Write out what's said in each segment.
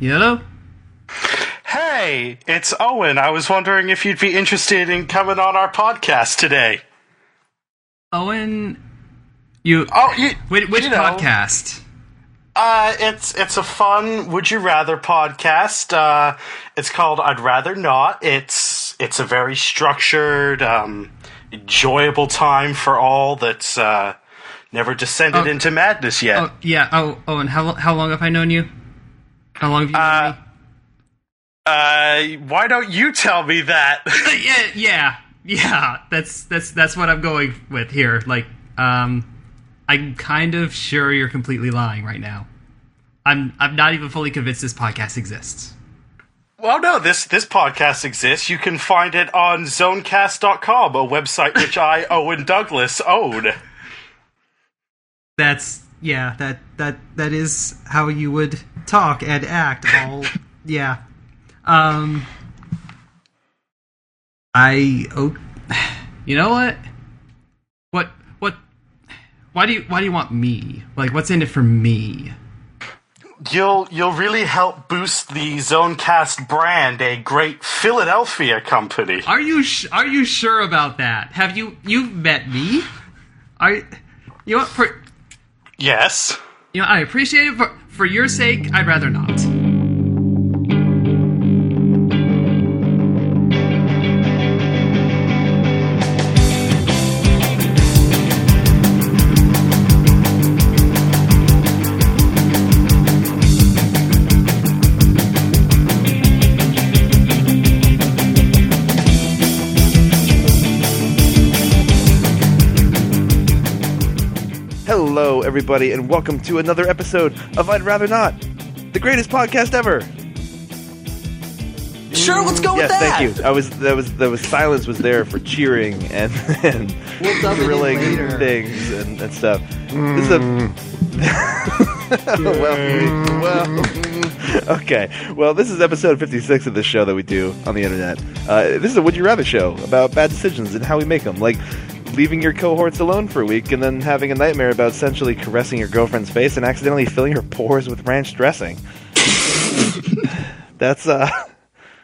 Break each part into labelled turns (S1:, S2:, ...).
S1: Hello?
S2: Hey, it's Owen. I was wondering if you'd be interested in coming on our podcast today.
S1: Owen. You.
S2: Oh, you,
S1: Which, which
S2: you know,
S1: podcast?
S2: Uh, it's it's a fun Would You Rather podcast. Uh, it's called I'd Rather Not. It's it's a very structured, um, enjoyable time for all that's uh, never descended
S1: Oh.
S2: into madness yet.
S1: Oh, yeah. Oh, Owen, how, lo- how long have I known you? How long have you known me?
S2: Uh, why don't you tell me that?
S1: But Uh, yeah, yeah, yeah. That's that's that's what I'm going with here. Like, um, I'm kind of sure you're completely lying right now. I'm I'm not even fully convinced this podcast exists.
S2: Well, no, this this podcast exists. You can find it on zonecast.com, a website which I, Owen Douglas, own.
S3: That's yeah. That that that is how you would talk and act. All yeah. Um. I oh
S1: You know what? What what? Why do you why do you want me? Like, what's in it for me?
S2: You'll you'll really help boost the Zonecast brand, a great Philadelphia company.
S1: Are you sh- are you sure about that? Have you you've met me? Are you know, for
S2: Yes.
S1: you know I appreciate it for for your sake. I'd rather not.
S4: Hello, everybody, and welcome to another episode of I'd Rather Not, the greatest podcast ever.
S5: Sure, let's go
S4: yes,
S5: with that.
S4: thank you. I was that was that was silence was there for cheering and, and
S5: We'll dub it in
S4: grilling
S5: later.
S4: things and, and stuff. This is a
S5: Mm.
S4: well, well, mm, okay. Well, this is episode fifty-six of this show that we do on the internet. Uh, this is a Would You Rather show about bad decisions and how we make them, like leaving your cohorts alone for a week and then having a nightmare about essentially caressing your girlfriend's face and accidentally filling her pores with ranch dressing. that's uh,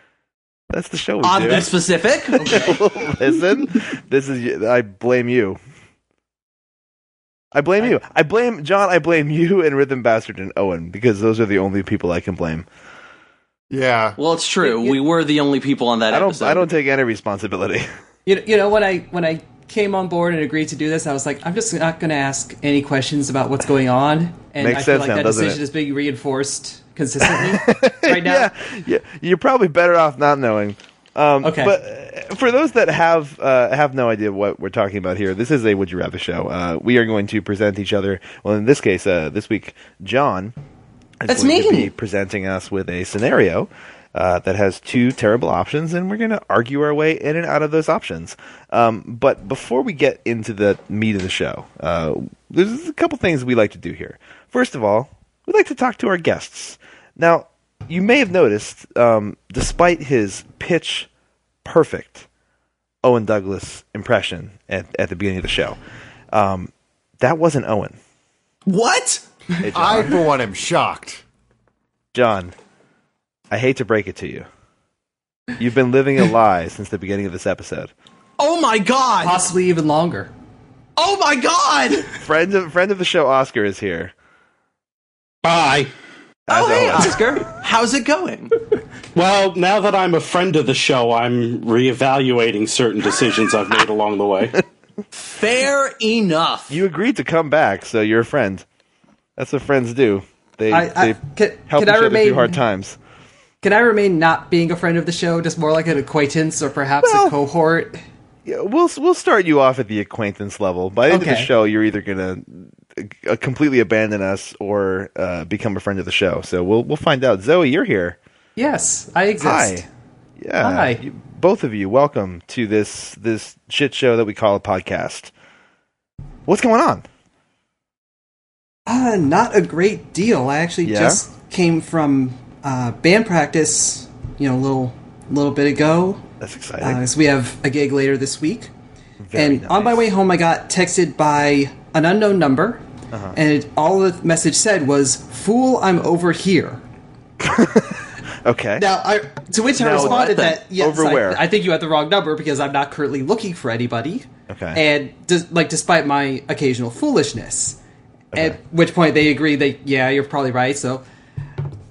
S4: that's the show we
S5: Oddly
S4: do.
S5: specific. Okay.
S4: Listen, this is I blame you. I blame you. I blame John. I blame you and Rhythm Bastard and Owen because those are the only people I can blame.
S6: Yeah.
S5: well, it's true. We were the only people on that
S4: I don't.
S5: episode.
S4: I don't take any responsibility.
S7: You, you know when I when I came on board and agreed to do this, I was like, I'm just not going to ask any questions about what's going on, and
S4: Makes
S7: I feel
S4: sense
S7: like
S4: now,
S7: that
S4: doesn't
S7: decision
S4: it?
S7: is being reinforced consistently right now.
S4: yeah, yeah. You're probably better off not knowing. Um,
S7: Okay.
S4: But uh, for those that have uh, have no idea what we're talking about here, this is a Would You Rather show. Uh, we are going to present each other. Well, in this case, uh, this week, John is
S7: That's
S4: going to
S7: me.
S4: be presenting us with a scenario. Uh, that has two terrible options, and we're going to argue our way in and out of those options. Um, but before we get into the meat of the show, uh, there's a couple things we like to do here. First of all, we like to talk to our guests. Now, you may have noticed, um, despite his pitch perfect Owen Douglas impression at, at the beginning of the show, um, that wasn't Owen.
S5: What?
S4: Hey, John.
S6: I, for one, am shocked.
S4: John, I hate to break it to you. You've been living a lie since the beginning of this episode.
S5: Oh my god!
S7: Possibly even longer.
S5: Oh my god!
S4: Friend of friend of the show, Oscar is here.
S8: Bye.
S4: As
S5: Oh hey,
S4: always.
S5: Oscar, how's it going?
S8: Well, now that I'm a friend of the show, I'm reevaluating certain decisions I've made along the way.
S5: Fair enough.
S4: You agreed to come back, so you're a friend. That's what friends do. They,
S7: I, I,
S4: they
S7: can,
S4: help
S7: can
S4: each other
S7: I
S4: through
S7: remain
S4: hard times.
S7: can I remain not being a friend of the show, just more like an acquaintance or perhaps
S4: Well-
S7: a cohort?
S4: Yeah, we'll we'll start you off at the acquaintance level. By the end of the
S7: Okay.
S4: show, you're either gonna uh, completely abandon us or uh, become a friend of the show. So we'll we'll find out. Zoe, you're here.
S7: Yes, I exist.
S4: Hi. Yeah.
S7: Hi.
S4: You- both of you, welcome to this this shit show that we call a podcast. What's going on?
S7: Uh, not a great deal. I actually
S4: Yeah?
S7: just came from uh, band practice, you know, a little little bit ago.
S4: That's exciting.
S7: Uh, so we have a gig later this week.
S4: Very
S7: and on my
S4: nice.
S7: way home, I got texted by an
S4: Uh-huh.
S7: unknown number, and it, all the message said was "Fool, I'm over here."
S4: Okay.
S7: Now, I, to which I
S5: Now,
S7: responded
S5: what
S7: that
S5: the-
S7: yes,
S4: over
S7: I,
S4: where?
S7: I think you had the wrong number because I'm not currently looking for anybody.
S4: Okay.
S7: And des- like, despite my occasional foolishness, at which point they agree that yeah, you're probably right. So,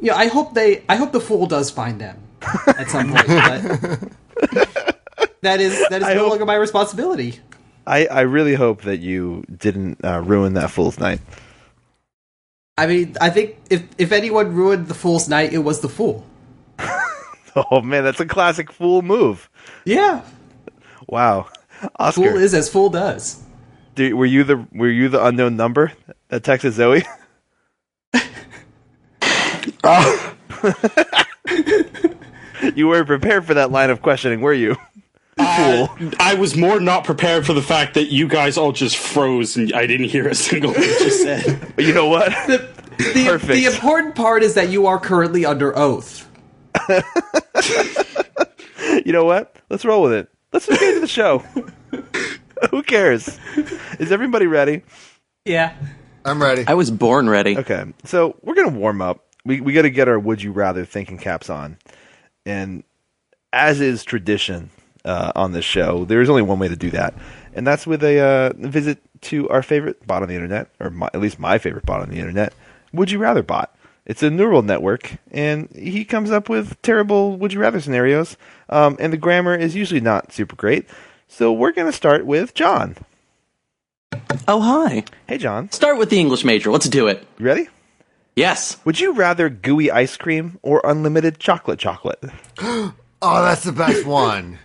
S7: yeah, I hope they, I hope the fool does find them at some point. but that is that is
S4: I
S7: no
S4: hope-
S7: longer my responsibility.
S4: I, I really hope that you didn't uh, ruin that fool's night.
S7: I mean, I think if if anyone ruined the fool's night, it was the fool.
S4: Oh man, that's a classic fool move.
S7: Yeah,
S4: Wow, Oscar,
S7: fool is as fool does.
S4: do- were you the were you the unknown number that texted Zoe? you were prepared for that line of questioning, were you? Fool.
S2: I was more not prepared for the fact that you guys all just froze and I didn't hear a single thing you said.
S4: But you know what?
S7: The,
S4: Perfect.
S7: the important part is that you are currently under oath.
S4: you know what? Let's roll with it. Let's just get into the show. Who cares? Is everybody ready?
S7: Yeah.
S9: I'm ready.
S5: I was born ready.
S4: Okay, so we're gonna warm up. We we got to get our would you rather thinking caps on, and as is tradition uh, on this show, there is only one way to do that, and that's with a uh, visit to our favorite bot on the internet, or my, at least my favorite bot on the internet, Would You Rather Bot. It's a neural network, and he comes up with terrible would you rather scenarios, um, and the grammar is usually not super great. So we're gonna start with John.
S5: Oh, hi.
S4: Hey, John,
S5: Start with the English major. Let's do it.
S4: you ready?
S5: Yes.
S4: Would you rather gooey ice cream or unlimited chocolate chocolate?
S9: Oh, that's the best one.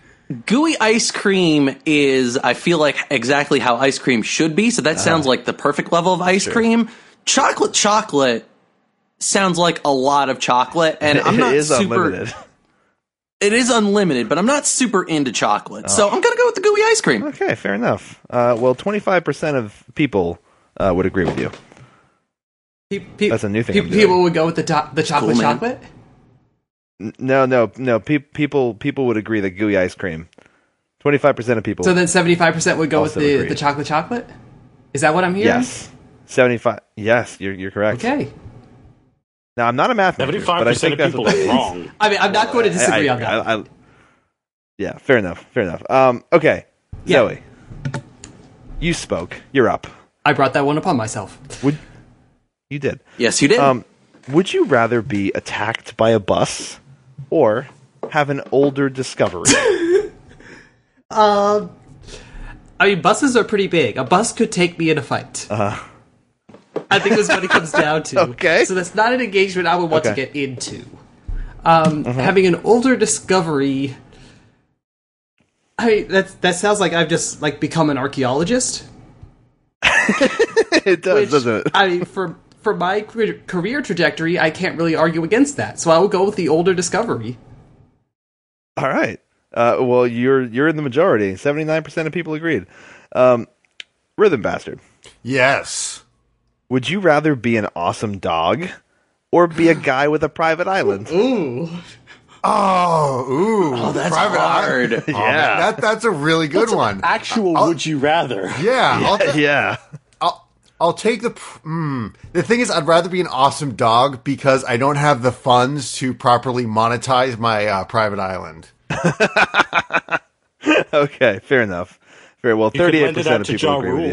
S5: Gooey ice cream is, I feel like, exactly how ice cream should be. So that
S4: Uh-huh.
S5: sounds like the perfect level of ice cream. Chocolate chocolate sounds like a lot of chocolate. And I'm not
S4: it is
S5: super.
S4: unlimited.
S5: It is unlimited, but I'm not super into chocolate. So I'm going to go with the gooey ice cream.
S4: Oh. Okay, fair enough. Uh, well, 25% of people uh, would agree with you.
S7: Pe- pe-
S4: That's a new thing
S7: pe-
S4: I'm doing.
S7: people would go with the to- the chocolate
S5: Cool, man.
S7: chocolate.
S4: No, no, no. Pe- people people would agree that gooey ice cream. 25% of people.
S7: So then seventy five percent would go
S4: Also
S7: with the,
S4: agreed.
S7: the chocolate chocolate. Is that what I'm hearing?
S4: yes. 75. Yes, you're, you're correct.
S7: Okay.
S4: Now, I'm not a math major, but I
S2: 75%
S4: think
S2: of
S4: that's
S2: people
S4: what that
S2: are
S4: is.
S2: wrong.
S7: I mean, I'm not going to
S4: I- I
S7: disagree on
S4: agree.
S7: that.
S4: I- I- yeah, fair enough. Fair enough. Um, okay,
S7: Yeah.
S4: Zoe. You spoke. You're up.
S7: I brought that one upon myself.
S4: Would You did.
S5: Yes, you did.
S4: Um, would you rather be attacked by a bus or have an older discovery?
S7: I mean, buses are pretty big. A bus could take me in a fight. Uh-huh. I think that's what it comes down to.
S4: Okay.
S7: So that's not an engagement I would want
S4: Okay. Mm-hmm.
S7: to get into. Um, Having an older discovery. I mean, that that sounds like I've just like become an archaeologist.
S4: it does,
S7: Which, I mean, for for my career career trajectory, I can't really argue against that. So I will go with the older discovery.
S4: All right. Uh, well, you're you're in the majority. Seventy nine percent of people agreed. Um, Rhythm bastard.
S9: Yes.
S4: Would you rather be an awesome dog or be a guy with a private island?
S7: Ooh,
S9: Oh, ooh.
S5: oh, that's
S9: private eye-
S5: hard.
S9: Oh, man, that, that's a really good one.
S2: Actual would you rather?
S9: yeah, I'll, ta-
S4: yeah.
S9: I'll, I'll take the. pr- Mm, the thing is, I'd rather be an awesome dog because I don't have the funds to properly monetize my uh, private island.
S4: Okay. Fair enough. Very well.
S2: could
S4: Thirty eight
S2: lend it
S4: percent
S2: out
S4: of
S2: to
S4: people
S2: Ja
S4: agree with
S2: Rule.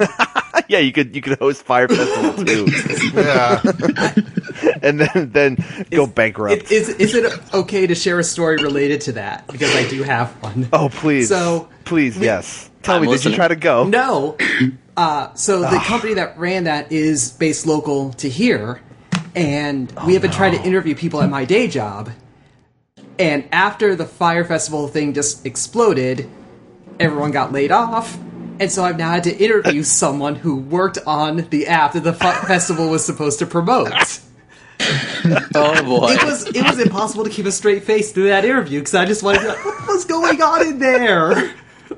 S4: you. yeah, you could you could host Fire Festival too,
S9: Yeah.
S4: and then then go bankrupt.
S7: It- is is it okay to share a story related to that? Because I do have one.
S4: oh please,
S7: So,
S4: please, yes. Tell
S5: I'm
S4: me, did
S5: listening.
S4: you try to go?
S7: No. Uh, so the
S4: Ah.
S7: company that ran that is based local to here, and
S4: Oh,
S7: we have been trying to interview people at my day job. And after the fire festival thing just exploded, everyone got laid off, and so I've now had to interview someone who worked on the app that the fu- festival was supposed to promote.
S5: Oh, boy.
S7: It was it was impossible to keep a straight face through that interview because I just wanted to be like, what was going on in there?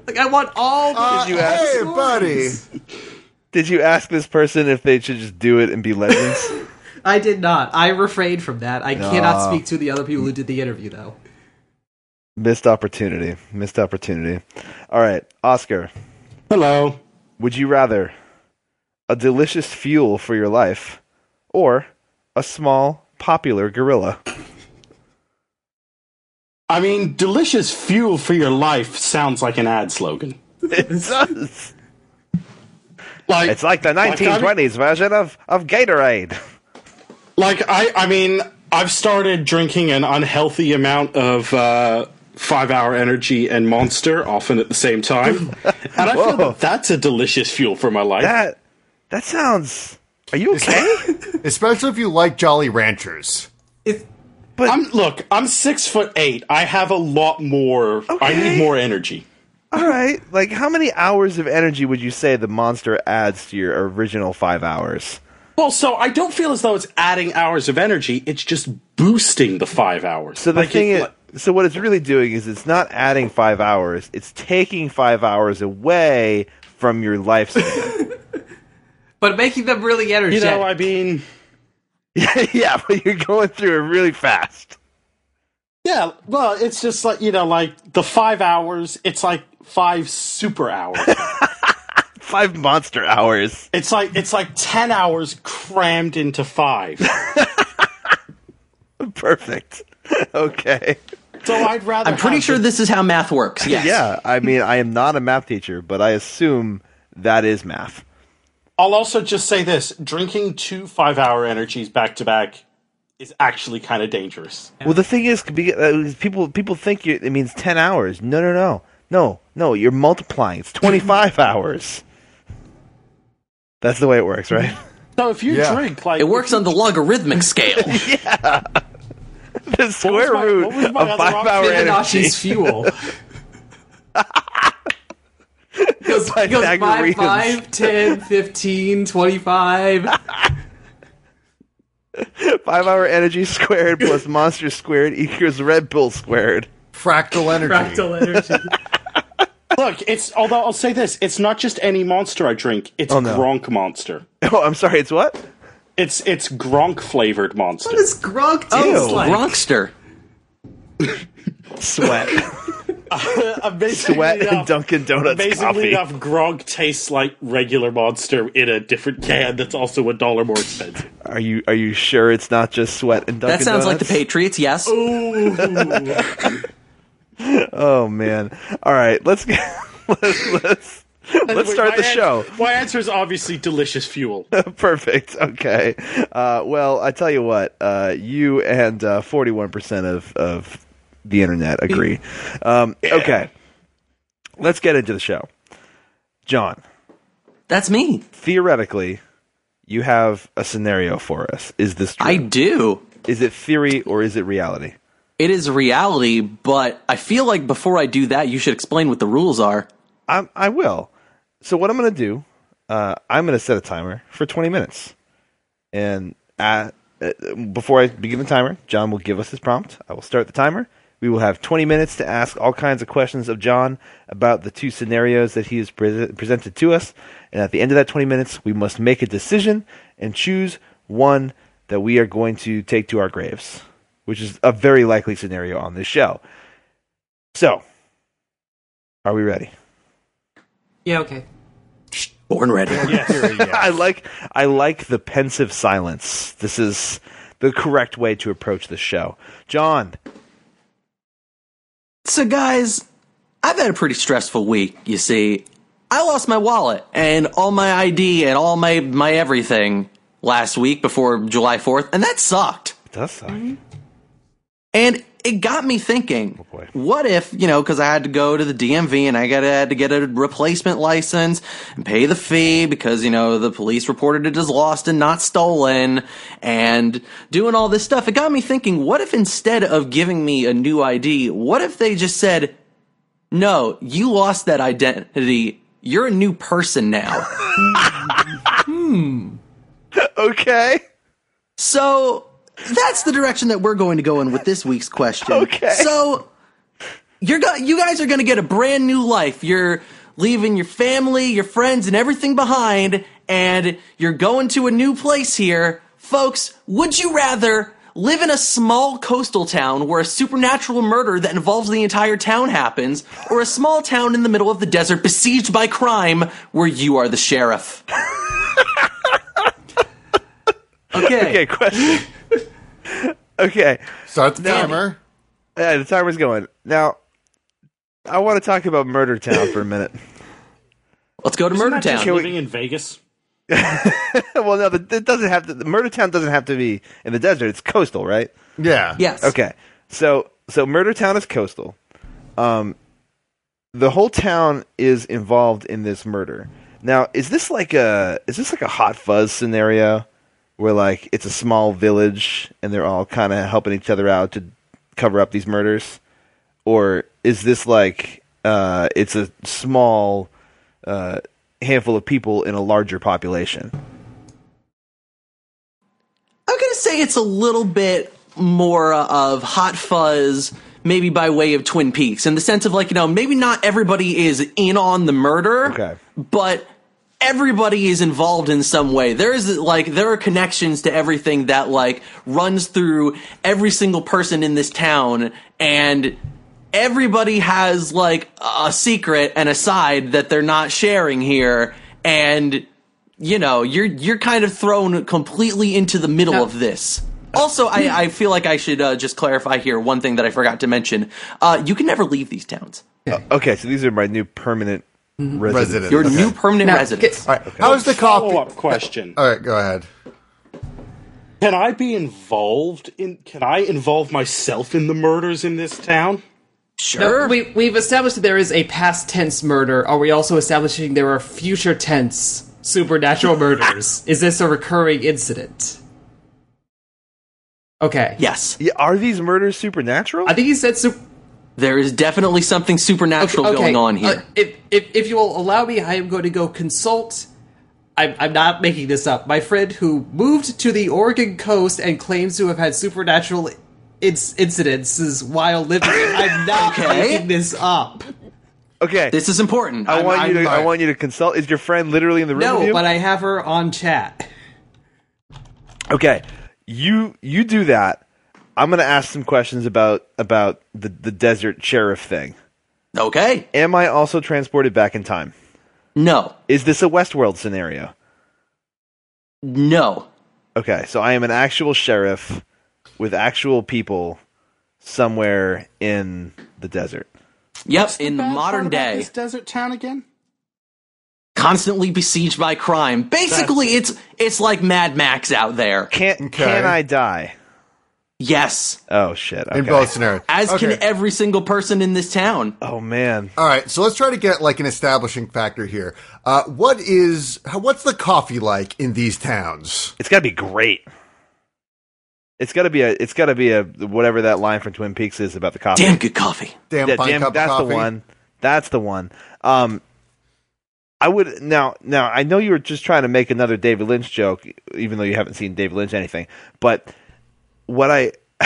S7: Like I want all the
S9: Uh,
S4: you ask?
S9: hey, buddy.
S4: Did you ask this person if they should just do it and be legends?
S7: I did not. I refrained from that. I cannot speak to the other people who did the interview, though.
S4: Missed opportunity. Missed opportunity. All right, Oscar.
S2: Hello.
S4: Would you rather a delicious fuel for your life or a small popular gorilla?
S2: I mean, delicious fuel for your life sounds like an ad slogan.
S4: It does.
S2: Like
S4: It's like the
S2: I mean-
S4: 1920s version of, of Gatorade.
S2: like I, I mean, I've started drinking an unhealthy amount of uh, five hour energy and monster often at the same time, and I feel
S4: Whoa.
S2: that that's a delicious fuel for my life.
S4: That that sounds. Are you okay?
S9: especially if you like Jolly Ranchers.
S3: If
S2: I'm look, I'm six foot eight. I have a lot more. I
S4: Okay.
S2: need more energy.
S4: All right. Like, how many hours of energy would you say the monster adds to your original five hours?
S2: Well, so I don't feel as though it's adding hours of energy. It's just boosting the five hours.
S4: So the
S2: Like,
S4: thing
S2: it-
S4: is,
S2: like-
S4: so what it's really doing is it's not adding five hours; it's taking five hours away from your lifespan.
S1: but making them really
S2: you
S1: energetic.
S2: know, I mean,
S4: yeah, but you're going through it really fast.
S2: yeah. Well, it's just like you know, like the five hours. It's like five super hours.
S4: Five monster hours.
S2: It's like it's like ten hours crammed into five.
S4: Perfect. okay.
S2: So I'd rather.
S5: I'm pretty
S2: have
S5: sure
S2: the-
S5: this is how math works. Yes.
S4: Yeah, I mean, I am not a math teacher, but I assume that is math.
S2: I'll also just say this: drinking two five-hour energies back to back is actually kind of dangerous.
S4: Well, the thing is, be- uh, people people think you- it means ten hours. No, no, no, no, no. You're multiplying. It's twenty five hours. That's the way it works, right?
S2: So if you
S9: Yeah.
S2: drink like
S5: It works on the logarithmic scale.
S4: the square
S2: my-
S4: root
S2: what was my
S4: of
S2: other
S4: five hour
S2: option?
S4: energy.
S1: Hidenoshi's fuel. Goes, goes
S4: Pythagoreans.
S1: 5, 5, 10, 15, 25.
S4: Five hour energy squared plus monster squared equals Red Bull squared.
S9: Fractal energy.
S1: fractal energy.
S2: look, it's although I'll say this: it's not just any monster I drink; it's
S4: no.
S2: Gronk monster.
S4: Oh, I'm sorry. It's what?
S2: It's it's Gronk flavored monster.
S1: What does Gronk taste
S2: Oh,
S4: Ew,
S1: like?
S5: Gronkster.
S4: Sweat,
S2: Amazingly
S4: sweat, and
S2: enough-
S4: Dunkin' Donuts
S2: Amazingly
S4: coffee.
S2: enough, Gronk tastes like regular monster in a different can that's also a dollar more expensive.
S4: Are you are you sure it's not just sweat and Dunkin'
S5: That sounds like the
S4: Donuts?
S5: Patriots. Yes.
S4: Oh man! All right, let's get let's let's, let's
S2: Wait,
S4: start
S2: my
S4: the
S2: an-
S4: show.
S2: my answer is obviously delicious fuel.
S4: Perfect. Okay. Uh, well, I tell you what, uh, you and uh, 41% of, of the internet agree. Um, Okay. Let's get into the show. John,
S5: That's me.
S4: theoretically, you have a scenario for us. Is this true?
S5: I do.
S4: Is it theory or is it reality?
S5: It is reality, but I feel like before I do that, you should explain what the rules are.
S4: I, I will. So what I'm going to do, uh, I'm going to set a timer for 20 minutes, and uh uh, before I begin the timer, John will give us his prompt. I will start the timer. We will have 20 minutes to ask all kinds of questions of John about the two scenarios that he has pre- presented to us. And at the end of that 20 minutes, we must make a decision and choose one that we are going to take to our graves, which is a very likely scenario on this show. So, are we ready?
S1: Yeah, okay.
S5: Born ready.
S4: I like I like the pensive silence. This is the correct way to approach the show. John,
S5: So, guys, I've had a pretty stressful week, you see. I lost my wallet and all my ID and all my, my everything last week before July 4th, and that sucked.
S4: it does suck.
S5: And it got me thinking,
S4: boy.
S5: what if, you know, because I had to go to the DMV and I got had to get a replacement license and pay the fee because, you know, the police reported it as lost and not stolen and doing all this stuff. It got me thinking, what if instead of giving me a new ID, what if they just said, no, you lost that identity. You're a new person now.
S4: Okay.
S5: So that's the direction that we're going to go in with this week's question.
S4: Okay.
S5: So you're go- you guys are going to get a brand new life. You're leaving your family, your friends, and everything behind, and you're going to a new place here, folks. Would you rather? Live in a small coastal town where a supernatural murder that involves the entire town happens, or a small town in the middle of the desert besieged by crime where you are the sheriff.
S1: Okay.
S4: Okay, question. Okay.
S9: Start the timer.
S4: Uh, the timer's going. Now, I want to talk about Murder Town for a minute.
S5: Let's go to Murder
S2: Just
S5: Town.
S2: living in Vegas.
S4: well, no, the, it doesn't have to. The Murder Town doesn't have to be in the desert. It's coastal, right?
S9: Yeah.
S5: Yes.
S4: Okay. So, so Murder Town is coastal. Um, the whole town is involved in this murder. Now, is this like a is this like a hot fuzz scenario where like it's a small village and they're all kind of helping each other out to cover up these murders? or is this like uh, it's a small uh, handful of people in a larger population?
S5: I'm gonna say it's a little bit more of hot fuzz, maybe by way of Twin Peaks, in the sense of like you know maybe not everybody is in on the murder,
S4: Okay.
S5: but everybody is involved in some way. There is like there are connections to everything that like runs through every single person in this town and. Everybody has like a secret and a side that they're not sharing here, and you know you're you're kind of thrown completely into the middle of this also I, I feel like i should uh, just clarify here one thing that i forgot to mention uh, you can never leave these towns
S4: Okay, so these are my new permanent residents.
S9: Resident.
S5: your
S9: Okay.
S5: new permanent
S1: Now,
S5: residents
S9: All right. How's the
S2: Follow
S9: coffee?
S2: up question:
S9: All right, go ahead.
S2: Can I be involved in? Can I involve myself in the murders in this town?
S5: sure
S1: We, we've established that there is a past tense murder. Are we also establishing there are future tense supernatural murders? is this a recurring incident? Okay.
S5: yes
S4: Yeah, are these murders supernatural?
S1: I think he said super.
S5: there is definitely something supernatural going on here
S1: uh, if, if, if you will allow me, I am going to go consult. I'm, I'm not making this up. My friend who moved to the Oregon coast and claims to have had supernatural inc- incidences while living. I'm not
S5: Okay.
S1: making this up.
S4: okay,
S5: this is important
S4: I want
S9: I'm
S4: you to I
S9: fine.
S4: want you to consult. Is your friend literally in the room? with
S1: No,
S4: you?
S1: but I have her on chat.
S4: okay, you you do that. I'm gonna ask some questions about about the the desert sheriff thing.
S5: okay
S4: Am I also transported back in time?
S5: no
S4: Is this a Westworld scenario?
S5: no
S4: Okay, so I am an actual sheriff with actual people somewhere in the desert.
S5: yep in the modern day
S2: this desert town again.
S5: constantly besieged by crime basically it's it's like mad max out there
S4: Can
S9: Okay.
S4: can I die?
S5: yes
S4: Oh shit. Okay.
S9: In both scenarios.
S5: as
S9: Okay.
S5: can e- every single person in this town
S4: oh man.
S9: All right, so let's try to get like an establishing factor here. Uh, what is how, what's the coffee like in these towns?
S4: It's got to be great. It's got to be a it's got to be a whatever that line from Twin Peaks is about the coffee.
S5: damn good coffee
S9: Damn,
S4: Yeah,
S9: fine
S4: damn,
S9: cup of
S4: that's the
S9: coffee.
S4: one. That's the one. Um I would now now I know you were just trying to make another David Lynch joke even though you haven't seen David Lynch anything, but what I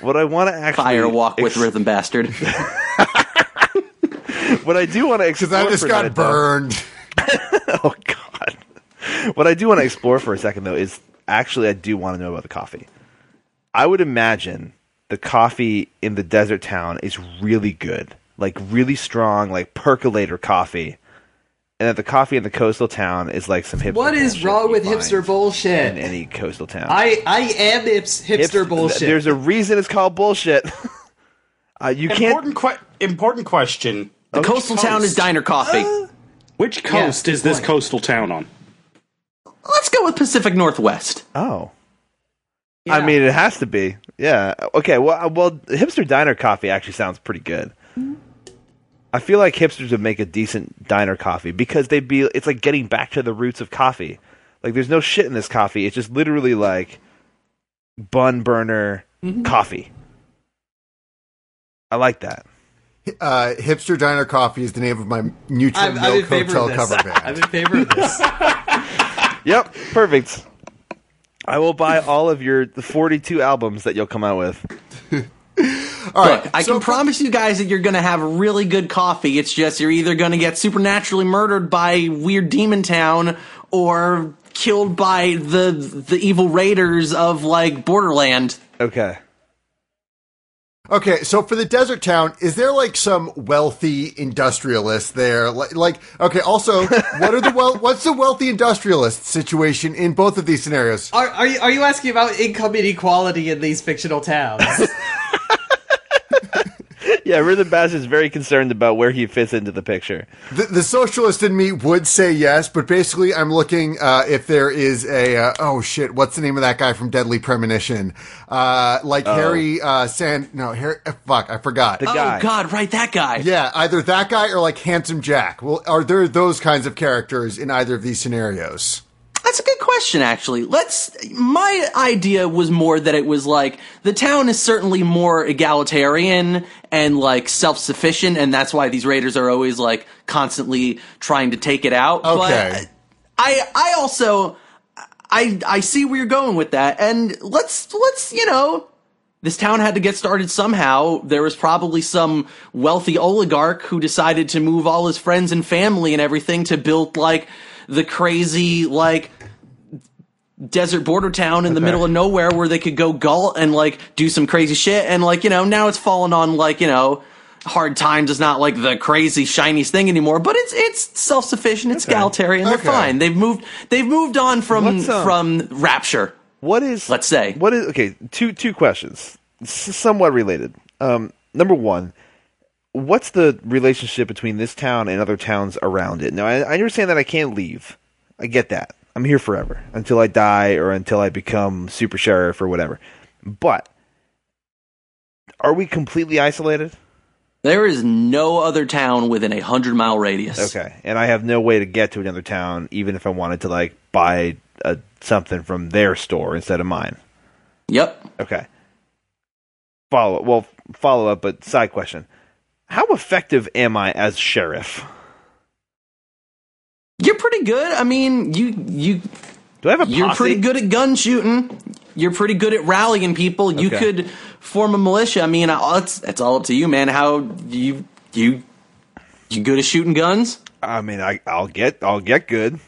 S4: what I want to actually
S5: Fire walk with
S4: ex-
S5: rhythm bastard.
S4: What I do want to explore
S9: Because I just
S4: for a
S9: got
S4: minute, though-
S9: burned.
S4: Oh God! What I do want to explore for a second though is actually I do want to know about the coffee. I would imagine the coffee in the desert town is really good, like really strong, like percolator coffee, and that the coffee in the coastal town is like some hipster.
S1: What is
S4: bullshit
S1: wrong
S4: you
S1: with
S4: find
S1: hipster
S4: in
S1: bullshit?
S4: any coastal town?
S1: I, I am hips,
S4: Hipst-
S1: hipster
S4: th-
S1: bullshit.
S4: There's a reason it's called bullshit. uh, you can't. Oh.
S2: Important que- important question.
S5: The coastal town is diner coffee.
S9: Uh,
S2: Which coast
S1: good
S2: is this
S1: point.
S2: coastal town on?
S5: Let's go with Pacific Northwest.
S4: Oh. I mean, it has to be. Yeah. Okay. Well, uh, well, hipster diner coffee actually sounds pretty good. I feel like hipsters would make a decent diner coffee because they'd be. It's like getting back to the roots of coffee. Like, there's no shit in this coffee. It's just literally like bun burner coffee. I like that.
S9: Uh, Hipster Diner Coffee is the name of my neutral
S1: I'm, I'm
S9: milk
S1: in favor
S9: hotel
S1: of this.
S9: cover
S1: I'm
S9: band.
S1: in favor of this.
S4: Yep. Perfect. I will buy all of your 42 albums that you'll come out with.
S9: All right,
S5: Look, I
S9: so
S5: can
S9: for-
S5: promise you guys that you're going to have really good coffee. It's just you're either going to get supernaturally murdered by weird demon town or killed by the the evil raiders of like Borderland.
S4: Okay.
S9: Okay, so for the desert town, is there like some wealthy industrialist there? Like, like okay. Also, what are the well? What's the wealthy industrialist situation in both of these scenarios?
S1: Are, are, you, are you asking about income inequality in these fictional towns?
S4: Yeah, Rhythm Bass is very concerned about where he fits into the picture.
S9: The, the socialist in me would say yes, but basically, I'm looking uh, if there is a uh, oh shit, what's the name of that guy from Deadly Premonition? Uh, like Harry uh, Sand? No, Harry. uh, Fuck, I forgot.
S4: Oh. The guy.
S5: Oh God, right, that guy.
S9: yeah, either that guy or like Handsome Jack. Well, are there those kinds of characters in either of these scenarios?
S5: That's a good question, actually. Let's. My idea was more that it was like the town is certainly more egalitarian and like self sufficient, and that's why these raiders are always like constantly trying to take it out.
S9: Okay.
S5: But I, I also, I, I see where you're going with that, and let's, let's, you know. This town had to get started somehow. There was probably some wealthy oligarch who decided to move all his friends and family and everything to build like the crazy like desert border town in the middle of nowhere where they could go gulp and like do some crazy shit and like you know now it's fallen on like you know hard times is not like the crazy shiniest thing anymore but it's it's self-sufficient it's egalitarian they're
S9: Okay.
S5: fine they've moved they've moved on from
S4: What's, um,
S5: from rapture
S4: What is?
S5: Let's say.
S4: What is? Okay, two two questions, s- somewhat related. Um, number one, what's the relationship between this town and other towns around it? Now, I, I understand that I can't leave. I get that. I'm here forever until I die or until I become super sheriff or whatever. But are we completely isolated?
S5: there is no other town within a hundred mile radius
S4: Okay, and I have no way to get to another town, even if I wanted to like buy a, something from their store instead of mine.
S5: yep
S4: Okay. Follow well, follow up, but side question: How effective am I as sheriff?
S5: you're pretty good i mean you you
S4: Do I have a
S5: You're
S4: posse?
S5: pretty good at gun shooting. You're pretty good at rallying people. You
S4: Okay.
S5: could form a militia. I mean, I- it's it's all up to you, man. How you you you good at shooting guns?
S4: I mean, I, I'll get, I'll get good.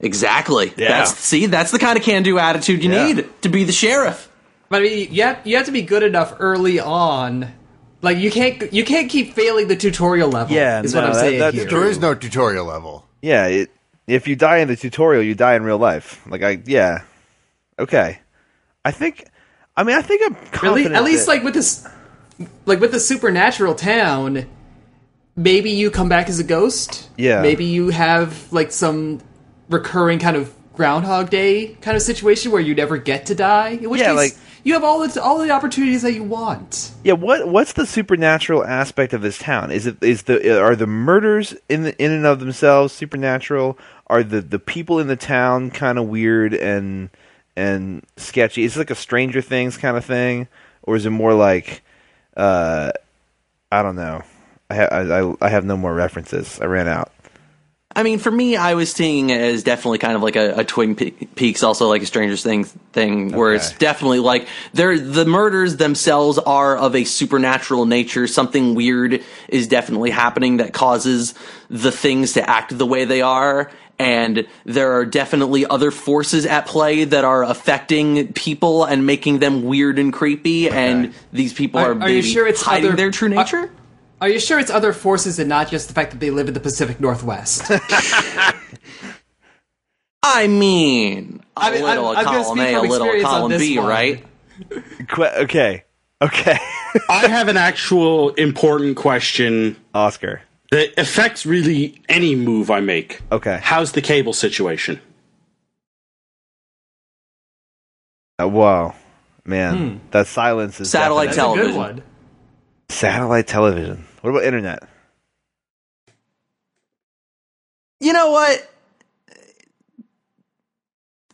S5: Exactly.
S4: Yeah.
S5: That's see, that's the kind of can-do attitude you
S4: Yeah.
S5: need to be the sheriff.
S1: But I mean, you have, you have to be good enough early on. Like you can't you can't keep failing the tutorial level.
S4: Yeah,
S1: is
S4: no,
S1: what I'm
S4: that-
S1: saying
S4: that's
S1: here.
S4: true.
S9: There is no tutorial level.
S4: Yeah. It, if you die in the tutorial, you die in real life. Like I, yeah. Okay. I think. I mean, I think I'm
S1: Really,
S4: confident
S1: at least
S4: that-
S1: like with this, like with the supernatural town, maybe you come back as a ghost.
S4: Yeah.
S1: Maybe you have like some recurring kind of Groundhog Day kind of situation where you never get to die. In which
S4: Yeah,
S1: case,
S4: like-
S1: you have all the all the opportunities that you want.
S4: Yeah, what what's the supernatural aspect of this town? Is it is the are the murders in the, in and of themselves supernatural? Are the the people in the town kind of weird and and sketchy? Is it like a Stranger Things kind of thing, or is it more like uh, I don't know. I, ha- I I- I have no more references. I ran out.
S5: I mean, for me, I was seeing it as definitely kind of like a, a Twin Pe- Peaks, also like a Stranger Things thing, where it's definitely like they're, the murders themselves are of a supernatural nature. Something weird is definitely happening that causes the things to act the way they are. And there are definitely other forces at play that are affecting people and making them weird and creepy. And these people are,
S1: Are, are you
S5: maybe
S1: sure it's
S5: hiding
S1: other,
S5: their true
S1: are-
S5: nature?
S1: Are, you sure it's other forces and not just the fact that they live in the Pacific Northwest?
S5: I mean, a
S1: mean,
S5: little
S1: I'm- I'm gonna
S5: column
S1: speak
S5: A, a
S1: from
S5: little
S1: experience on
S5: column
S1: this
S5: B,
S1: one.
S5: right?
S4: Que- okay, okay,
S2: I have an actual important question
S4: Oscar.
S2: that affects really any move I make.
S4: Okay,
S2: How's the cable situation?
S4: uh, whoa, man, that silence is
S5: Satellite
S4: deafening.
S1: That's a good
S5: Television.
S1: one.
S4: satellite television. What about internet?
S5: you know what?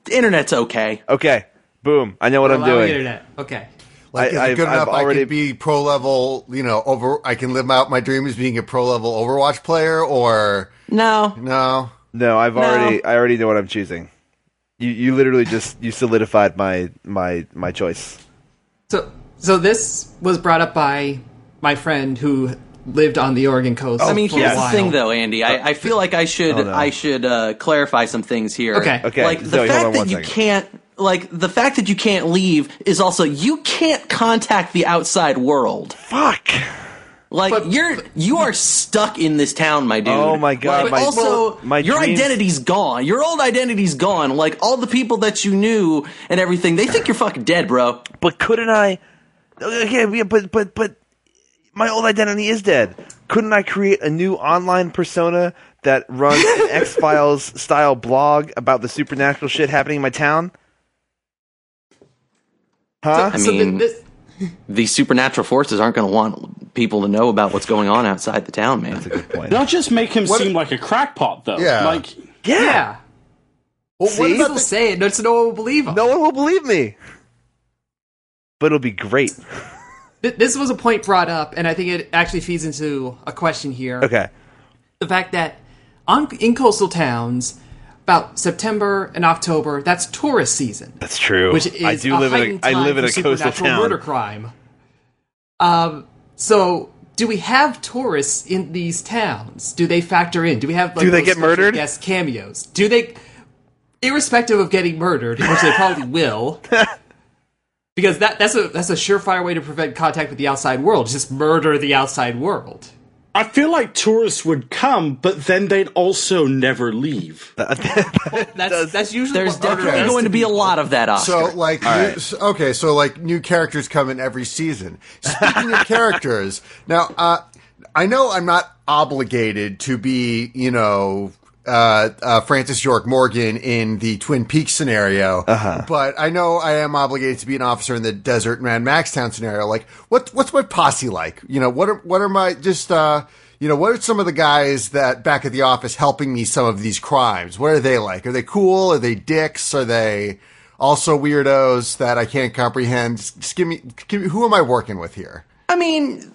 S5: The internet's okay.
S4: Okay. Boom. I know what I'm
S1: Allowing
S4: doing.
S1: internet. Okay.
S9: Like,
S4: I-
S9: is it
S4: I've-
S9: good
S4: I've
S9: enough? I
S4: already-
S9: could be pro level. You know, over. I can live out my dream as being a pro level Overwatch player, or
S5: No.
S9: no.
S4: No, I've
S5: No.
S4: already I already know what I'm choosing. You you literally just you solidified my my my choice.
S1: So, so this was brought up by my friend who lived on the Oregon coast.
S5: I mean,
S1: for
S5: here's
S1: a
S5: the
S1: while.
S5: thing, though, Andy. I, I feel like I should
S4: Oh, no.
S5: I should uh, clarify some things here.
S1: Okay.
S4: Okay,
S5: Like the
S4: Zoe, hold on
S5: fact
S4: one
S5: that you
S4: second.
S5: can't like the fact that you can't leave is also you can't contact the outside world.
S4: Fuck.
S5: Like you're you are stuck in this town, my dude.
S4: Oh my God,
S5: Like,
S4: my-
S5: also,
S4: my
S5: your
S4: dreams-
S5: identity's gone. Your old identity's gone. Like all the people that you knew and everything, they think you're fucking dead, bro.
S4: But couldn't I? Okay, yeah, but but but my old identity is dead. Couldn't I create a new online persona that runs an X Files style blog about the supernatural shit happening in my town? Huh?
S5: I mean, these supernatural forces aren't going to want people to know about what's going on outside the town, man.
S4: Point.
S2: They'll just make him
S9: What-
S2: seem like a crackpot, though.
S9: Yeah.
S2: Like,
S4: yeah.
S1: yeah.
S9: Well, what
S4: See?
S9: about
S1: People say it, no, so no one will believe them.
S4: No one will believe me. But it'll be great.
S1: Th- This was a point brought up, and I think it actually feeds into a question here.
S4: Okay.
S1: the fact that on, in coastal towns, about September and October, that's tourist season,
S4: That's true.
S1: which is
S4: I do
S1: a
S4: live in
S1: heightened
S4: a I
S1: time
S4: live in
S1: for
S4: a coastal
S1: supernatural
S4: town.
S1: murder crime. Um, so do we have tourists in these towns? Do they factor in? Do we have like,
S4: Do they
S1: those
S4: get
S1: special
S4: murdered?
S1: Guest cameos? Do they, irrespective of getting murdered, which they probably will. Because that, that's a that's a surefire way to prevent contact with the outside world. Just murder the outside world.
S2: I feel like tourists would come, but then they'd also never leave.
S4: Uh.
S1: That's that's usually
S5: There's
S1: what murder
S5: definitely
S1: does
S5: going to be a lot of that, Oscar.
S9: So like, new, s- okay, so like new characters come in every season. Speaking of characters, now uh, I know I'm not obligated to be, you know. Uh, uh, Francis York Morgan in the Twin Peaks scenario, but I know I am obligated to be an officer in the Desert Man Maxtown scenario. Like, what what's my posse like? You know, what are what are my just uh, you know, what are some of the guys that back at the office helping me some of these crimes? What are they like? Are they cool? Are they dicks? Are they also weirdos that I can't comprehend? Just, just give me, give me, who am I working with here?
S5: I mean,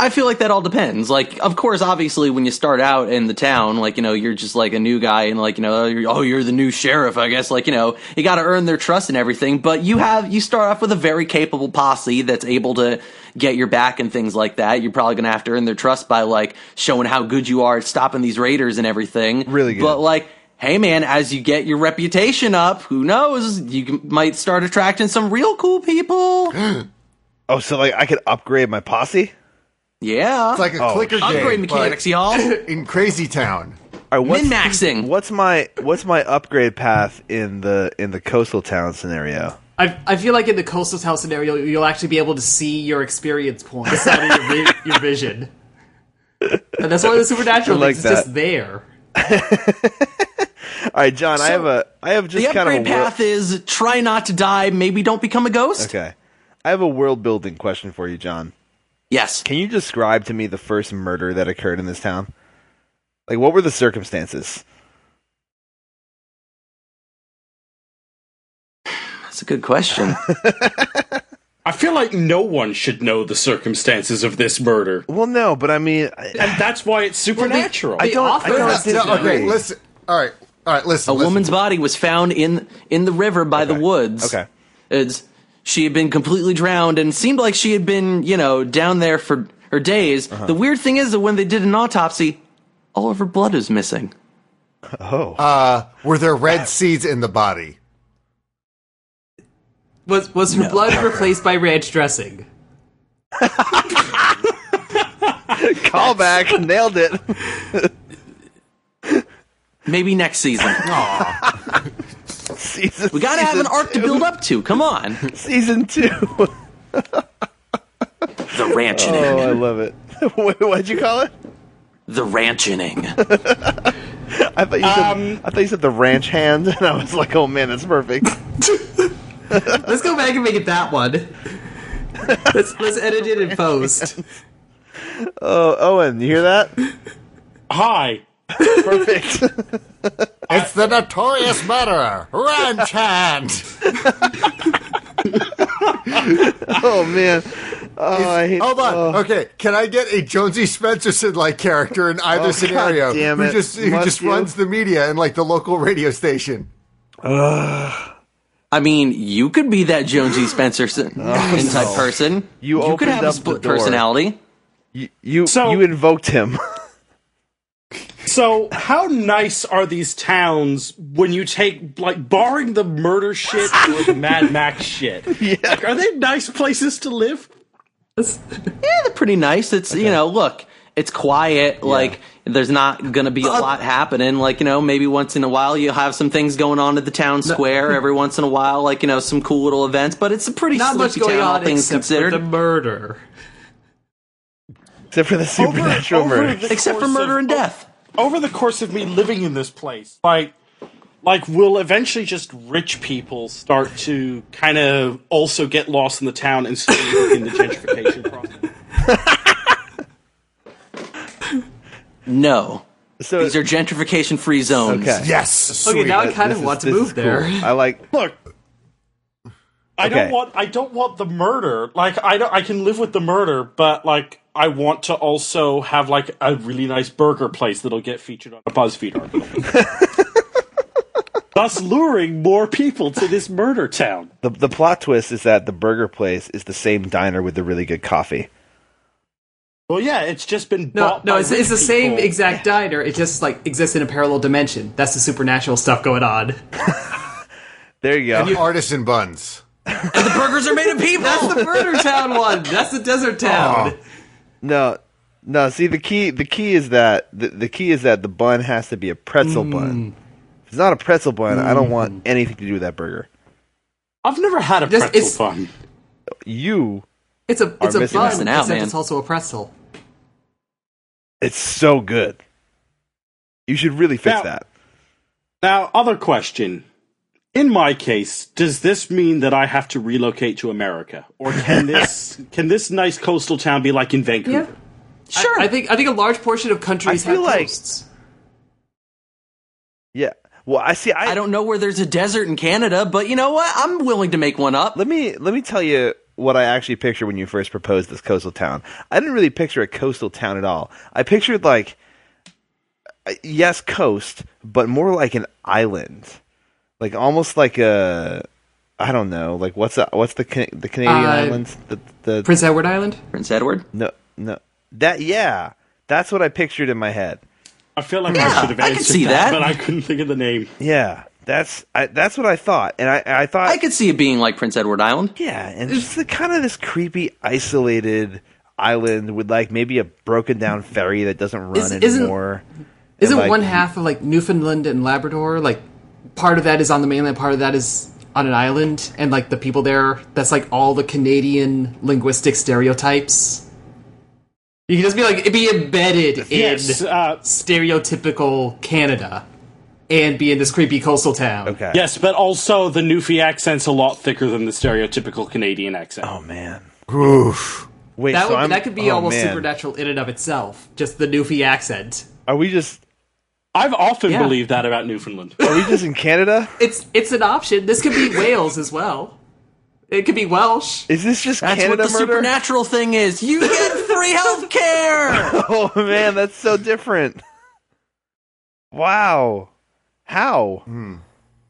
S5: I feel like that all depends. Like, of course, obviously, when you start out in the town, like you know, you're just like a new guy, and like you know, oh, you're, oh, you're the new sheriff, I guess. Like you know, you got to earn their trust and everything. But you have you start off with a very capable posse that's able to get your back and things like that. You're probably gonna have to earn their trust by like showing how good you are at stopping these raiders and everything.
S4: Really good.
S5: but like. Hey man, as you get your reputation up, who knows? You can- might start attracting some real cool people.
S4: Oh, so like I could upgrade my posse?
S5: Yeah.
S9: It's like a
S4: Oh,
S9: clicker game.
S5: upgrade
S9: but
S5: mechanics, y'all.
S9: in Crazy Town.
S4: All right, what's-
S5: Min-maxing.
S4: What's my what's my upgrade path in the in the coastal town scenario?
S1: I, I feel like in the coastal town scenario, you'll actually be able to see your experience points out of your, vi- your vision. And that's why the supernatural
S4: I like
S1: things is
S4: that.
S1: just there.
S4: All right, John, I have a I have just
S5: The
S4: kind of a
S5: upgrade
S4: wor-
S5: path is try not to die, maybe don't become a ghost.
S4: Okay. I have a world building question for you, John.
S5: Yes.
S4: Can you describe to me the first murder that occurred in this town? Like what were the circumstances?
S5: That's a good question.
S2: I feel like no one should know the circumstances of this murder.
S4: Well, no, but I mean, I,
S2: And that's why it's supernatural.
S4: I don't. I
S1: author
S4: don't
S1: has to
S4: disagree.
S1: know.
S9: okay, listen. All right, all right, listen.
S5: a
S9: listen.
S5: woman's body was found in in the river by the woods.
S4: Okay.
S5: It's, she had been completely drowned and seemed like she had been, you know, down there for her days.
S4: Uh-huh.
S5: The weird thing is that when they did an autopsy, all of her blood is missing.
S1: Uh,
S4: Oh,
S9: Uh, Were there red seeds in the body?
S1: Was was her blood replaced by ranch dressing?
S4: Callback, nailed it.
S5: Maybe next season.
S4: Season.
S5: we gotta have an arc to build up to. Come on.
S4: Season two. oh,
S5: The ranching.
S4: I love it. Wait, what'd you call it?
S5: Oh. The ranching.
S4: I thought you said. I thought you said the ranch hand, and I was like, oh man, that's perfect.
S1: Let's go back and make it that one. Let's let's edit it in post.
S4: Oh, Owen, you hear that?
S2: Hi.
S4: Perfect.
S9: It's the notorious murderer, Ranch Hand.
S4: oh man. Oh, I hate.
S9: Hold on. Okay, can I get a Jonesy Spencerson like character in either
S4: Oh,
S9: scenario?
S4: God damn
S9: who
S4: it.
S9: just who
S4: Must
S9: just
S4: you?
S9: runs the media and like the local radio station?
S5: I mean, you could be that Jonesy Spencer s-
S1: Oh,
S5: type person.
S4: You
S5: could
S4: opened
S5: have
S4: up
S5: a
S4: the
S5: split
S4: door.
S5: personality.
S4: You you,
S2: So-
S4: you invoked him.
S2: So, how nice are these towns when you take, like, barring the murder shit or the Mad Max shit? Like, are they nice places to live?
S5: Yeah, they're pretty nice. It's you know, look, it's quiet. Like there's not gonna be a
S1: Uh,
S5: lot happening. Like you know, maybe once in a while you'll have some things going on at the town square. Every once in a while, like you know, some cool little events. But it's a pretty
S1: Not much
S5: sleepy
S1: going
S5: town, all
S1: on
S5: things
S1: except for
S5: considered.
S1: the murder.
S4: Except for the supernatural
S2: over
S4: murder.
S2: the
S5: Except for
S2: course
S5: murder
S2: of-
S5: and
S1: Oh.
S5: death.
S2: Over the course of me living in this place, like, like will eventually just rich people start to kind of also get lost in the town and stay in the gentrification process?
S5: No,
S4: So
S5: these are gentrification free zones.
S4: okay.
S9: Yes.
S1: Okay, now I
S4: This
S1: kind of
S4: is-
S1: want to
S4: this
S1: move
S4: is
S1: there.
S4: cool. I like
S2: Look, I
S4: Okay.
S2: don't want I don't want the murder. Like I don't, I can live with the murder, but like I want to also have like a really nice burger place that'll get featured on a BuzzFeed article. Thus luring more people to this murder town.
S4: the the plot twist is that the burger place is the same diner with the really good coffee.
S2: Well, yeah, it's just been
S1: No,
S2: bought
S1: no,
S2: by
S1: it's, it's the
S2: rich
S1: same
S2: people.
S1: exact diner. It just like exists in a parallel dimension. That's the supernatural stuff going on.
S4: There you go.
S9: Artisan buns.
S5: The burgers are made of people.
S1: That's the murder town one. That's the desert town.
S4: no, no. See the key. The key is that the, the key is that the bun has to be a pretzel bun. If it's not a pretzel bun, I don't want anything to do with that burger.
S2: I've never had a
S1: Just-
S2: pretzel
S1: it's-
S2: bun.
S4: You,
S1: It's a it's
S4: Are
S1: a
S4: missing
S1: bun,
S4: out.
S5: Missing out,
S1: except
S5: man.
S1: it's also a pretzel.
S4: it's so good. You should really fix
S2: Now-
S4: that.
S2: Now, other question. In my case, does this mean that I have to relocate to America, or can this can this nice coastal town be like in Vancouver?
S1: Sure. I, think I think a large portion of countries
S4: I feel
S1: have
S4: like-
S1: coasts.
S4: Yeah. Well, I see. I,
S5: I don't know where there's a desert in Canada, but you know what? I'm willing to make one up.
S4: Let me let me tell you what I actually picture when you first proposed this coastal town. I didn't really picture a coastal town at all. I pictured like uh, yes, coast, but more like an island. Like almost like a I don't know, like what's the, what's the Can- the Canadian
S1: Uh,
S4: islands the the
S1: Prince Edward Island.
S5: Prince Edward.
S4: no no that yeah, that's what I pictured in my head.
S2: I feel like
S5: Yeah,
S2: I should have
S5: I
S2: answered
S5: can see that.
S2: but I couldn't think of the name.
S4: Yeah, that's I, that's what I thought, and I I thought
S5: I could see it being like Prince Edward Island.
S4: Yeah, and it's just the, kind of this creepy, isolated island with like maybe a broken down ferry that doesn't run
S1: Is- isn't-
S4: anymore.
S1: Isn't
S4: like-
S1: one half of like Newfoundland and Labrador like part of that is on the mainland, part of that is on an island, and like the people there, that's like all the Canadian linguistic stereotypes. You can just be like be embedded in
S2: Yes, uh,
S1: stereotypical Canada, and be in this creepy coastal town.
S4: okay.
S2: yes, but also the Newfie accent's a lot thicker than the stereotypical Canadian accent.
S4: Oh man.
S9: Oof.
S4: Wait.
S1: That
S4: so
S1: would
S4: I'm-
S1: that could be
S4: oh,
S1: almost
S4: man.
S1: supernatural in and of itself. Just the Newfie accent.
S4: Are we just
S2: I've often
S1: Yeah.
S2: believed that about Newfoundland.
S4: are we just in Canada?
S1: It's it's an option. This could be Wales as well. It could be Welsh.
S4: Is this just
S5: That's
S4: Canada
S5: what the
S4: murder?
S5: supernatural thing is. You get free health care.
S4: oh man, that's so different. Wow. How? That's
S1: Yeah,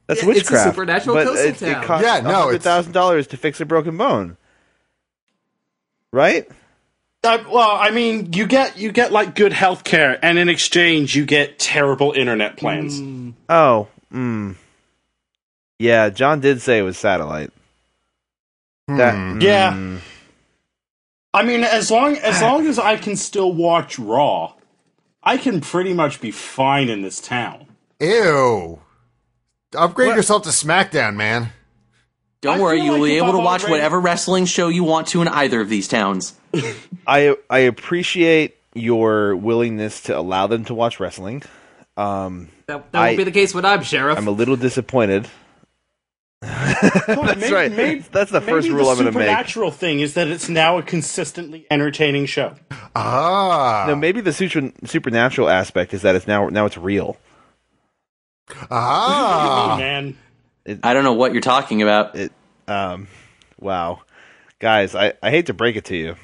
S1: it's a
S4: witchcraft.
S1: supernatural
S4: but
S1: coastal
S4: it,
S1: town.
S4: it costs
S9: Hmm. Yeah, no,
S4: hundred
S9: it's-
S4: thousand dollars to fix a broken bone. Right?
S2: Uh, well, I mean, you get you get like good health care, and in exchange, you get terrible internet plans.
S4: Oh, mm. yeah. John did say it was satellite. That-
S2: Yeah.
S4: mm.
S2: I mean, as long as long as I can still watch Raw, I can pretty much be fine in this town.
S9: Ew. Upgrade yourself to SmackDown, man.
S5: Don't
S2: I
S5: worry,
S2: feel
S5: you will
S2: like
S5: be
S2: if
S5: able to
S2: I'm
S5: watch
S2: already-
S5: whatever wrestling show you want to in either of these towns.
S4: I I appreciate your willingness to allow them to watch wrestling. Um,
S1: That, that won't
S4: I-
S1: be the case when I'm sheriff.
S4: I'm a little disappointed.
S2: That's
S4: right. That's the first rule I'm gonna make.
S2: The supernatural thing is that it's now a consistently entertaining show.
S9: Ah.
S4: No, maybe the sutra- supernatural aspect is that it's now now it's real.
S9: Ah.
S2: Man,
S5: I don't know what you're talking about.
S4: It, um, wow, guys, I, I hate to break it to you.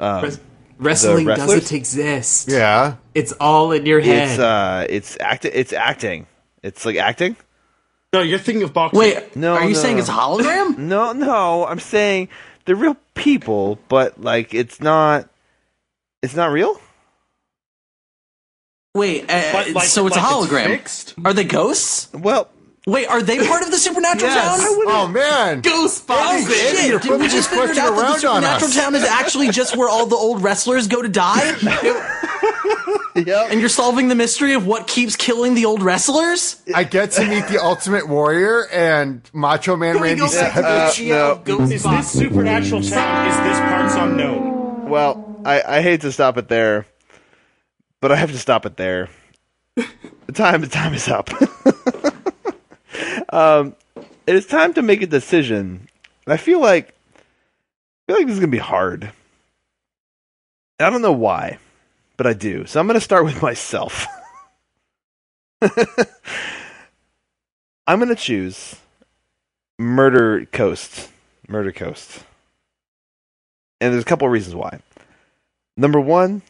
S1: Res- wrestling
S4: the wrestlers?
S1: doesn't exist.
S9: Yeah.
S1: It's all in your head.
S4: It's uh, it's act it's acting. It's like acting.
S2: no, you're thinking of boxing.
S5: Wait,
S4: No,
S5: are you
S4: no,
S5: saying
S4: no.
S5: it's a hologram?
S4: No, no, I'm saying they're real people, but like it's not it's not real?
S5: Wait, uh,
S2: But, like-
S5: so it's a
S2: like it's
S5: hologram.
S2: fixed?
S5: Are they ghosts?
S4: Well,
S5: Wait, are they part of the supernatural
S1: Yes.
S5: town?
S9: Oh man!
S5: Oh
S1: Ghostbusters.
S5: shit!
S9: you're
S5: Did we
S9: flipping
S5: just
S9: this
S5: figure
S9: question
S5: out that the
S9: around on
S5: supernatural
S9: us.
S5: town is actually just where all the old wrestlers go to die?
S4: yeah.
S5: and you're solving the mystery of what keeps killing the old wrestlers?
S9: I get to meet the Ultimate Warrior and Macho Man Randy. Savage.
S4: uh,
S2: Is this supernatural town? Is this parts unknown?
S4: Well, I, I hate to stop it there, but I have to stop it there. The time the time is up. um, it is time to make a decision. And I feel like I feel like this is gonna be hard. And I don't know why, but I do. So I'm gonna start with myself. I'm gonna choose Murder Coast. Murder Coast. And there's a couple of reasons why. Number one,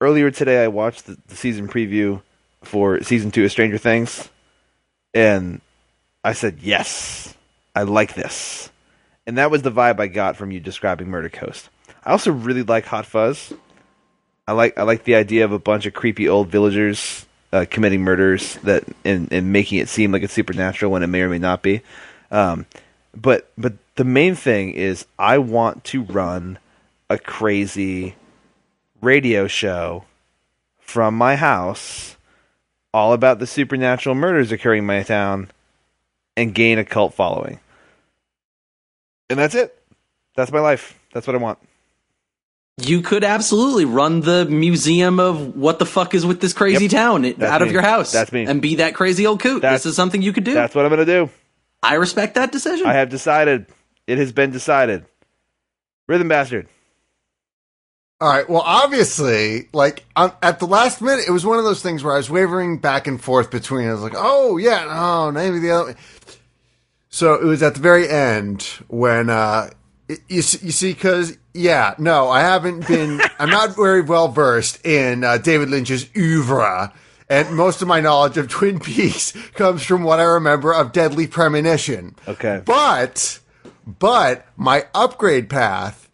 S4: earlier today I watched the, the season preview for season two of Stranger Things, and I said, yes, I like this. And that was the vibe I got from you describing Murder Coast. I also really like Hot Fuzz. I like I like the idea of a bunch of creepy old villagers uh, committing murders that and, and making it seem like it's supernatural when it may or may not be. Um, but but the main thing is I want to run a crazy radio show from my house all about the supernatural murders occurring in my town and gain a cult following. And that's it. That's my life. That's what I want.
S5: You could absolutely run the museum of what the fuck is with this crazy
S4: Yep.
S5: town
S4: That's
S5: out of
S4: me.
S5: your house.
S4: That's me.
S5: And be that crazy old coot.
S4: That's-
S5: this is something you could do.
S4: That's what I'm going to do.
S5: I respect that decision.
S4: I have decided. It has been decided. Rhythm Bastard.
S9: All right. Well, obviously, like um, at the last minute, it was one of those things where I was wavering back and forth between. I was like, "Oh yeah, no, maybe the other." So it was at the very end when uh, it, you s- you see, because yeah, no, I haven't been. I'm not very well versed in uh, David Lynch's oeuvre, and most of my knowledge of Twin Peaks comes from what I remember of Deadly Premonition.
S4: Okay.
S9: But but my upgrade path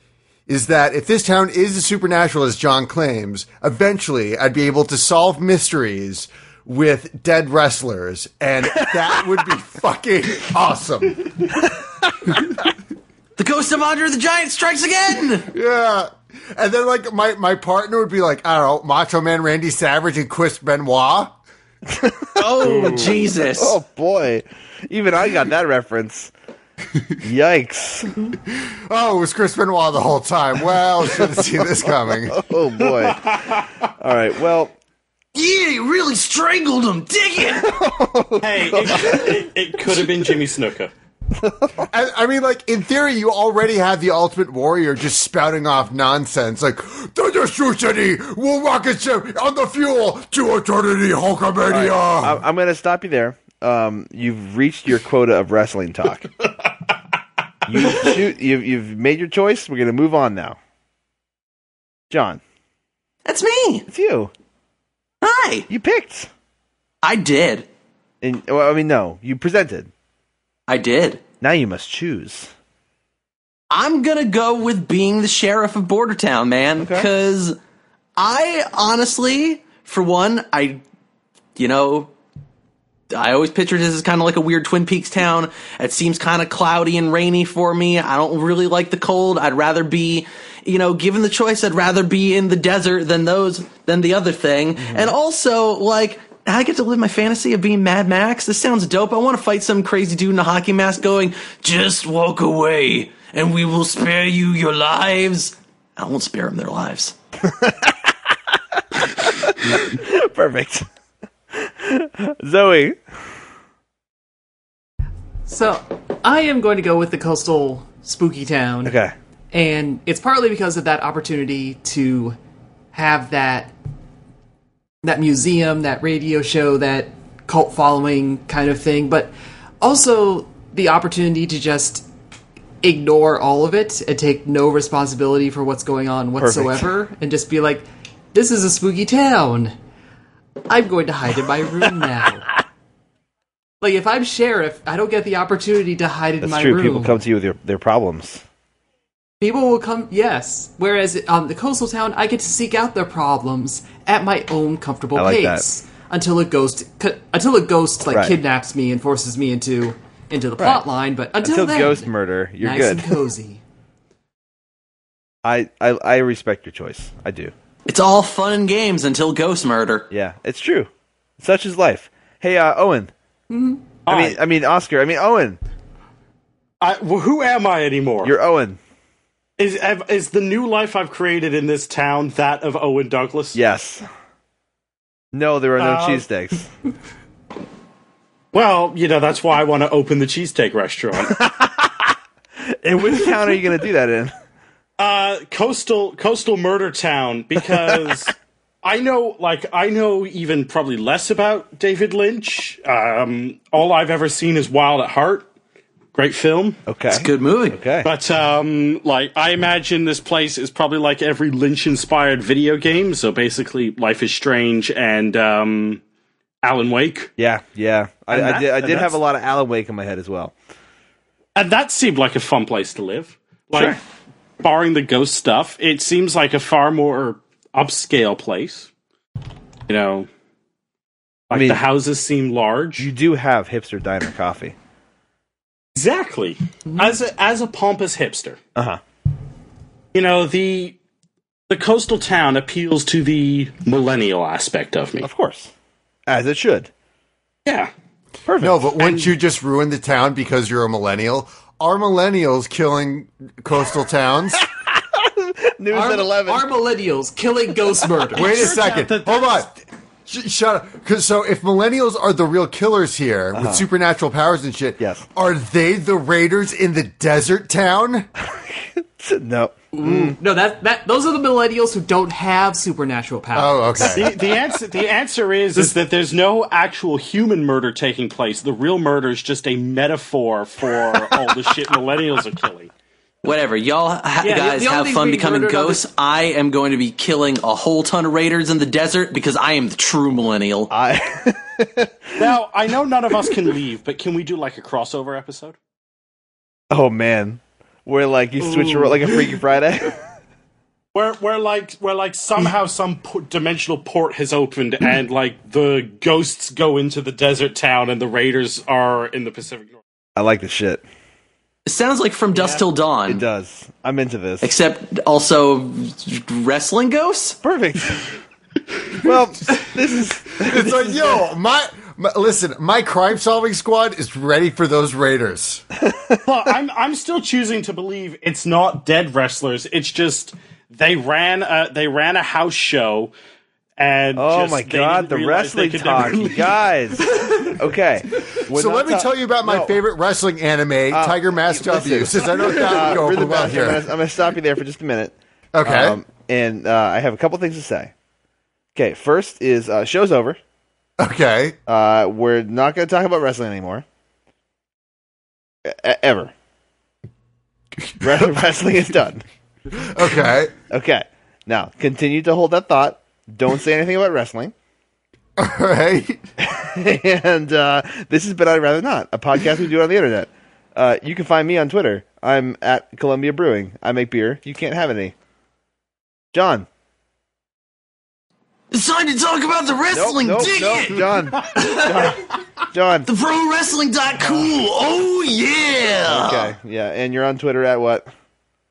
S9: is that if this town is as supernatural as John claims, eventually I'd be able to solve mysteries with dead wrestlers, and that would be fucking awesome.
S5: the ghost of Andre the Giant strikes again!
S9: Yeah. And then like my, my partner would be like, I don't know, Macho Man Randy Savage and Chris Benoit.
S5: oh, Jesus.
S4: Oh, boy. Even I got that reference. Yikes.
S9: Oh, it was Chris Benoit the whole time. Well, should have seen this coming.
S4: Oh, boy. All right. Well,
S5: Yeah, he really strangled him. Dig it!
S2: Hey, it, it, it could have been Jimmy Snooker.
S9: I, I mean, like in theory, you already have the Ultimate Warrior just spouting off nonsense, like the destruction will rocket ship on the fuel to eternity, Hulkamania.
S4: I'm, I'm going to stop you there. Um, you've reached your quota of wrestling talk. you shoot, you've, you've made your choice. We're going to move on now. John,
S5: That's me.
S4: it's you.
S5: Hi.
S4: You picked.
S5: I did.
S4: And well, I mean, no, you presented.
S5: I did.
S4: Now you must choose.
S5: I'm gonna go with being the sheriff of Bordertown, man, because I honestly, for one, I, you know, I always pictured this as kind of like a weird Twin Peaks town. It seems kind of cloudy and rainy for me. I don't really like the cold. I'd rather be, you know, given the choice, I'd rather be in the desert than those than the other thing. And also, like, I get to live my fantasy of being Mad Max. This sounds dope. I want to fight some crazy dude in a hockey mask going, "Just walk away, and we will spare you your lives." I won't spare them their lives.
S4: Perfect. Zoe.
S10: So I am going to go with the coastal spooky town.
S4: Okay.
S10: and it's partly because of that opportunity to have that that museum, that radio show, that cult following kind of thing, but also the opportunity to just ignore all of it and take no responsibility for what's going on whatsoever and just be like this is a spooky town. I'm going to hide in my room now. like if I'm sheriff, I don't get the opportunity to hide in
S4: That's
S10: my
S4: true.
S10: room
S4: People come to you with their, their problems.
S1: um,
S10: people will come yes whereas on the coastal town i get to seek out their problems
S1: at my own comfortable
S4: I like
S1: pace until it goes to, cu- until it ghost like
S4: Right.
S1: kidnaps me and forces me into into the
S4: Right.
S1: plot line. But until,
S4: Until
S1: then,
S4: ghost murder, you're
S1: nice
S4: good.
S1: and cozy.
S4: I, I I respect your choice. I do.
S5: It's all fun and games until ghost murder.
S4: Yeah, it's true. Such is life. Hey, uh, Owen. I mean, I mean Oscar. I mean Owen.
S2: I, wh- who am I anymore?
S4: You're Owen.
S2: is have- is the new life I've created in this town that of Owen Douglas?
S4: Yes. No, there are no
S2: Um,
S4: cheesesteaks.
S2: Well, you know that's why I want to open the cheesesteak restaurant.
S4: In which town are you going to do that in?
S2: uh, coastal coastal murder town because I know like I know even probably less about David Lynch. Um, all I've ever seen is Wild at Heart. Great film.
S4: Okay.
S5: It's a good movie.
S4: Okay.
S2: But um, like I imagine this place is probably like every Lynch-inspired video game. So basically, Life is Strange and um, Alan Wake,
S4: yeah, yeah. I,
S2: And
S4: I
S2: that-
S4: did. I
S2: and
S4: did have
S2: that's-
S4: a lot of Alan Wake in my head as well.
S2: and that seemed like a fun place to live. Like, barring the ghost stuff, it seems like a far more upscale place. You know, like
S4: mean-
S2: the houses seem large.
S4: You do have hipster diner coffee.
S2: Exactly. As a, as a pompous hipster.
S4: Uh huh.
S2: you know the the coastal town appeals to the millennial aspect of me.
S4: Of course, as it should.
S2: Yeah.
S4: Perfect.
S9: No, but wouldn't you just ruin the town because you're a millennial? Are millennials killing coastal towns?
S4: News at eleven.
S1: Our millennials killing ghost murder.
S9: Wait a second. Hold on. Sh- shut up. 'Cause so, if millennials are the real killers here with supernatural powers and shit,
S4: Yes.
S9: are they the raiders in the desert town?
S4: no.
S1: No, that that those are the millennials who don't have supernatural powers.
S9: Oh, okay.
S2: The, the answer the answer is is that there's no actual human murder taking place. The real murder is just a metaphor for all the shit millennials are killing.
S5: Whatever, y'all ha-
S1: Yeah, the-
S5: guys
S1: the only
S5: have
S1: thing
S5: fun
S1: being
S5: becoming
S1: murdered on
S5: ghosts.
S1: this-
S5: I am going to be killing a whole ton of raiders in the desert because I am the true millennial.
S4: I.
S2: Now, I know none of us can leave, but can we do like a crossover episode?
S4: oh man, where like you switch around like a Freaky Friday.
S2: Where, where like where like somehow some po- dimensional port has opened and like the ghosts go into the desert town and the raiders are in the Pacific North.
S4: I like the shit.
S5: it sounds like From Dusk Till
S4: It
S5: Dawn,
S4: does. I'm into this.
S5: except also wrestling ghosts.
S4: Perfect. well, this is
S9: it's like, yo, my, my listen, my crime solving squad is ready for those raiders.
S2: Well, I'm I'm still choosing to believe it's not dead wrestlers. It's just they ran a they ran a house show, and
S4: Oh
S2: just-
S4: my
S2: they
S4: god,
S2: didn't
S4: the
S2: realize they
S4: wrestling
S2: could
S4: talk,
S2: never
S4: you
S2: leave.
S4: guys. Okay. We're
S9: so
S4: not
S9: let me
S4: ta-
S9: tell you about my
S4: No. Uh,
S9: favorite wrestling anime, Tiger Mask W,
S4: listen.
S9: since I know
S4: Uh,
S9: that
S4: we're
S9: would
S4: the
S9: go well
S4: best. I'm gonna-
S9: here.
S4: I'm going to stop you there for just a minute.
S9: Okay.
S4: and uh, I have a couple things to say. Okay, first is uh, show's over.
S9: Okay.
S4: Uh, we're not going to talk about wrestling anymore. E- e- ever. Re- wrestling is done.
S9: Okay.
S4: Okay. Now, continue to hold that thought. Don't say anything about wrestling.
S9: All right.
S4: and uh, this has been I'd Rather Not, a podcast we do on the internet. Uh, you can find me on Twitter. I'm at Columbia Brewing. I make beer. You can't have any. John.
S5: It's time to talk about the wrestling.
S4: nope,
S5: Dig
S4: nope,
S5: it.
S4: John. John. John.
S5: The pro wrestling dot cool.
S4: Uh.
S5: Oh yeah.
S4: Okay, yeah, and you're on Twitter at what?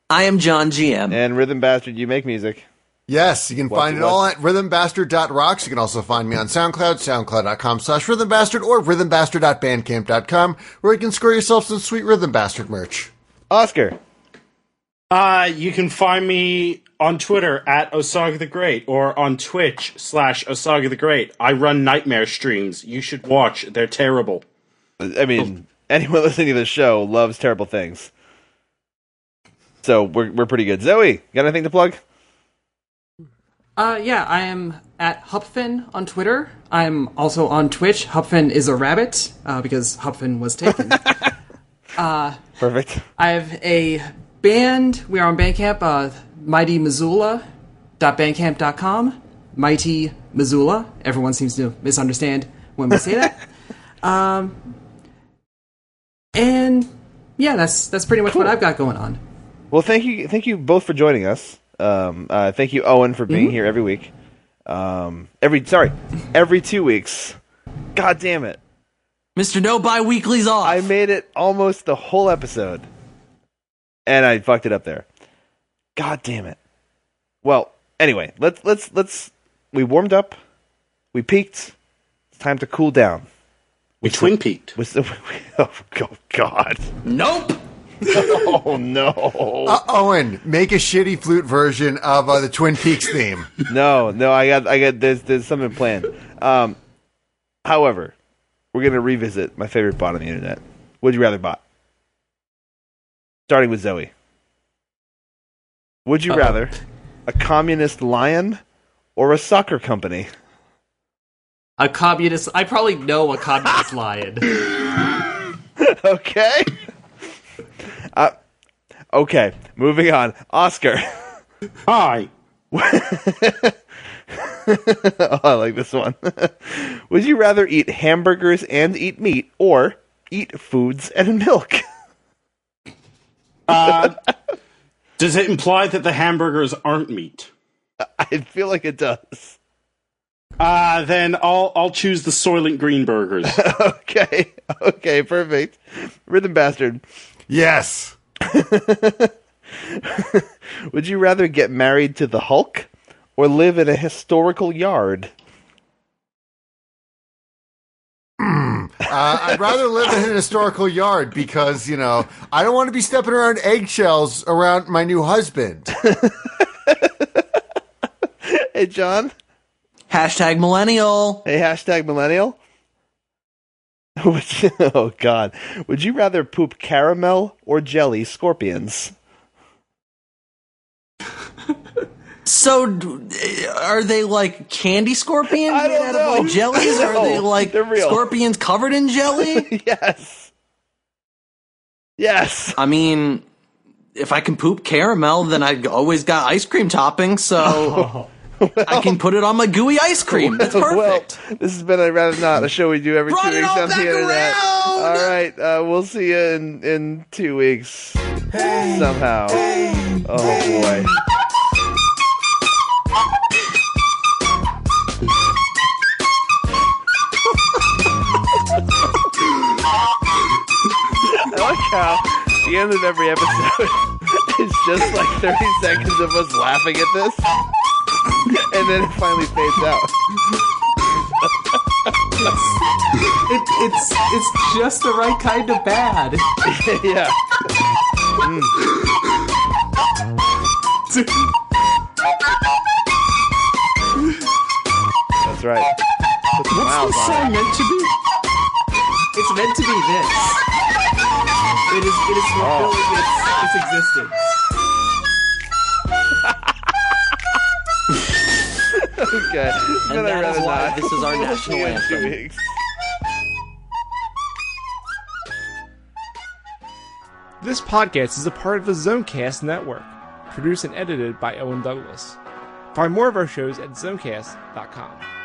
S5: I am John GM.
S4: And Rhythm Bastard, you make music.
S9: Yes, you can find it
S4: what?
S9: all at rhythmbastard.rocks. You can also find me on SoundCloud, soundcloud.com slash rhythmbastard or rhythmbastard.bandcamp.com where you can score yourself some sweet Rhythm Bastard merch.
S4: Oscar.
S2: Uh, you can find me on Twitter at Osaga the Great or on Twitch slash Osaga the Great. I run nightmare streams. You should watch. They're terrible.
S4: I mean, anyone listening to this show loves terrible things. So we're we're pretty good. Zoe, got anything to plug?
S1: Uh, yeah, I am at Hupfin on Twitter. I'm also on Twitch. Hupfin is a rabbit uh, because Hupfin was taken.
S4: Perfect.
S1: I have a band. We are on Bandcamp. Uh, Mighty Missoula. Bandcamp.com. Mighty Missoula. Everyone seems to misunderstand when we say that. um, and yeah, that's that's pretty much what I've got going on.
S4: Well, thank you, thank you both for joining us. Um, uh, thank you, Owen, for being here every week. Um, every sorry, every two weeks. God damn it!
S5: Mr. No Bi Weekly's off.
S4: I made it almost the whole episode, and I fucked it up there. God damn it! Well, anyway, let's let's let's. We warmed up. We peaked. It's time to cool down.
S2: We twin peaked.
S4: Was the, oh god!
S5: nope.
S4: Oh no!
S9: Uh, Owen, make a shitty flute version of uh, the Twin Peaks theme.
S4: No, no, I got, I got. There's, there's something planned. Um, however, we're gonna revisit my favorite bot on the internet. Would you rather bot? Starting with Zoe. Would you rather a communist lion or a soccer company?
S10: A communist. I probably know a communist lion.
S4: Okay. uh, okay. Moving on. Oscar.
S2: Hi.
S4: oh, I like this one. Would you rather eat hamburgers and eat meat, or eat foods and milk?
S2: Does it imply that the hamburgers aren't meat?
S4: I feel like it does.
S2: Uh, then I'll I'll choose the Soylent Green burgers.
S4: Okay, okay, perfect. Rhythm bastard.
S9: Yes.
S4: Would you rather get married to the Hulk or live in a historical yard?
S9: Uh, I'd rather live in an historical yard because, you know, I don't want to be stepping around eggshells around my new husband.
S4: Hey, John.
S5: Hashtag millennial.
S4: Hey, hashtag millennial. Would you- oh God! Would you rather poop caramel or jelly scorpions?
S5: So, d- eh, are they like candy scorpions
S4: I don't
S5: made out of
S4: know.
S5: like jellies? Or
S4: No,
S5: are they like
S4: they're real.
S5: scorpions covered in jelly?
S4: Yes. Yes.
S5: I mean, if I can poop caramel, then I've always got ice cream topping, so I can put it on my gooey ice cream. That's perfect.
S4: Well, this has been I'd rather not a show we do every
S5: Brought
S4: two
S5: it
S4: weeks
S5: all
S4: on the
S5: back
S4: internet.
S5: around!
S4: All right, uh, we'll see you in in two weeks somehow. oh boy. I like how the end of every episode is just like 30 seconds of us laughing at this, and then it finally fades out.
S1: It, it's it's just the right kind of bad.
S4: yeah. That's right. Put some miles on it.
S1: meant to be? It's meant to be this. It is it is fulfilling its, its existence.
S4: Okay. But I'd
S5: that is
S4: rather
S5: why
S4: not.
S5: this is our
S4: We'll see
S5: national
S4: you in two
S5: anthem.
S4: weeks.
S11: This podcast is a part of the Zonecast Network, produced and edited by Owen Douglas. Find more of our shows at zonecast.com.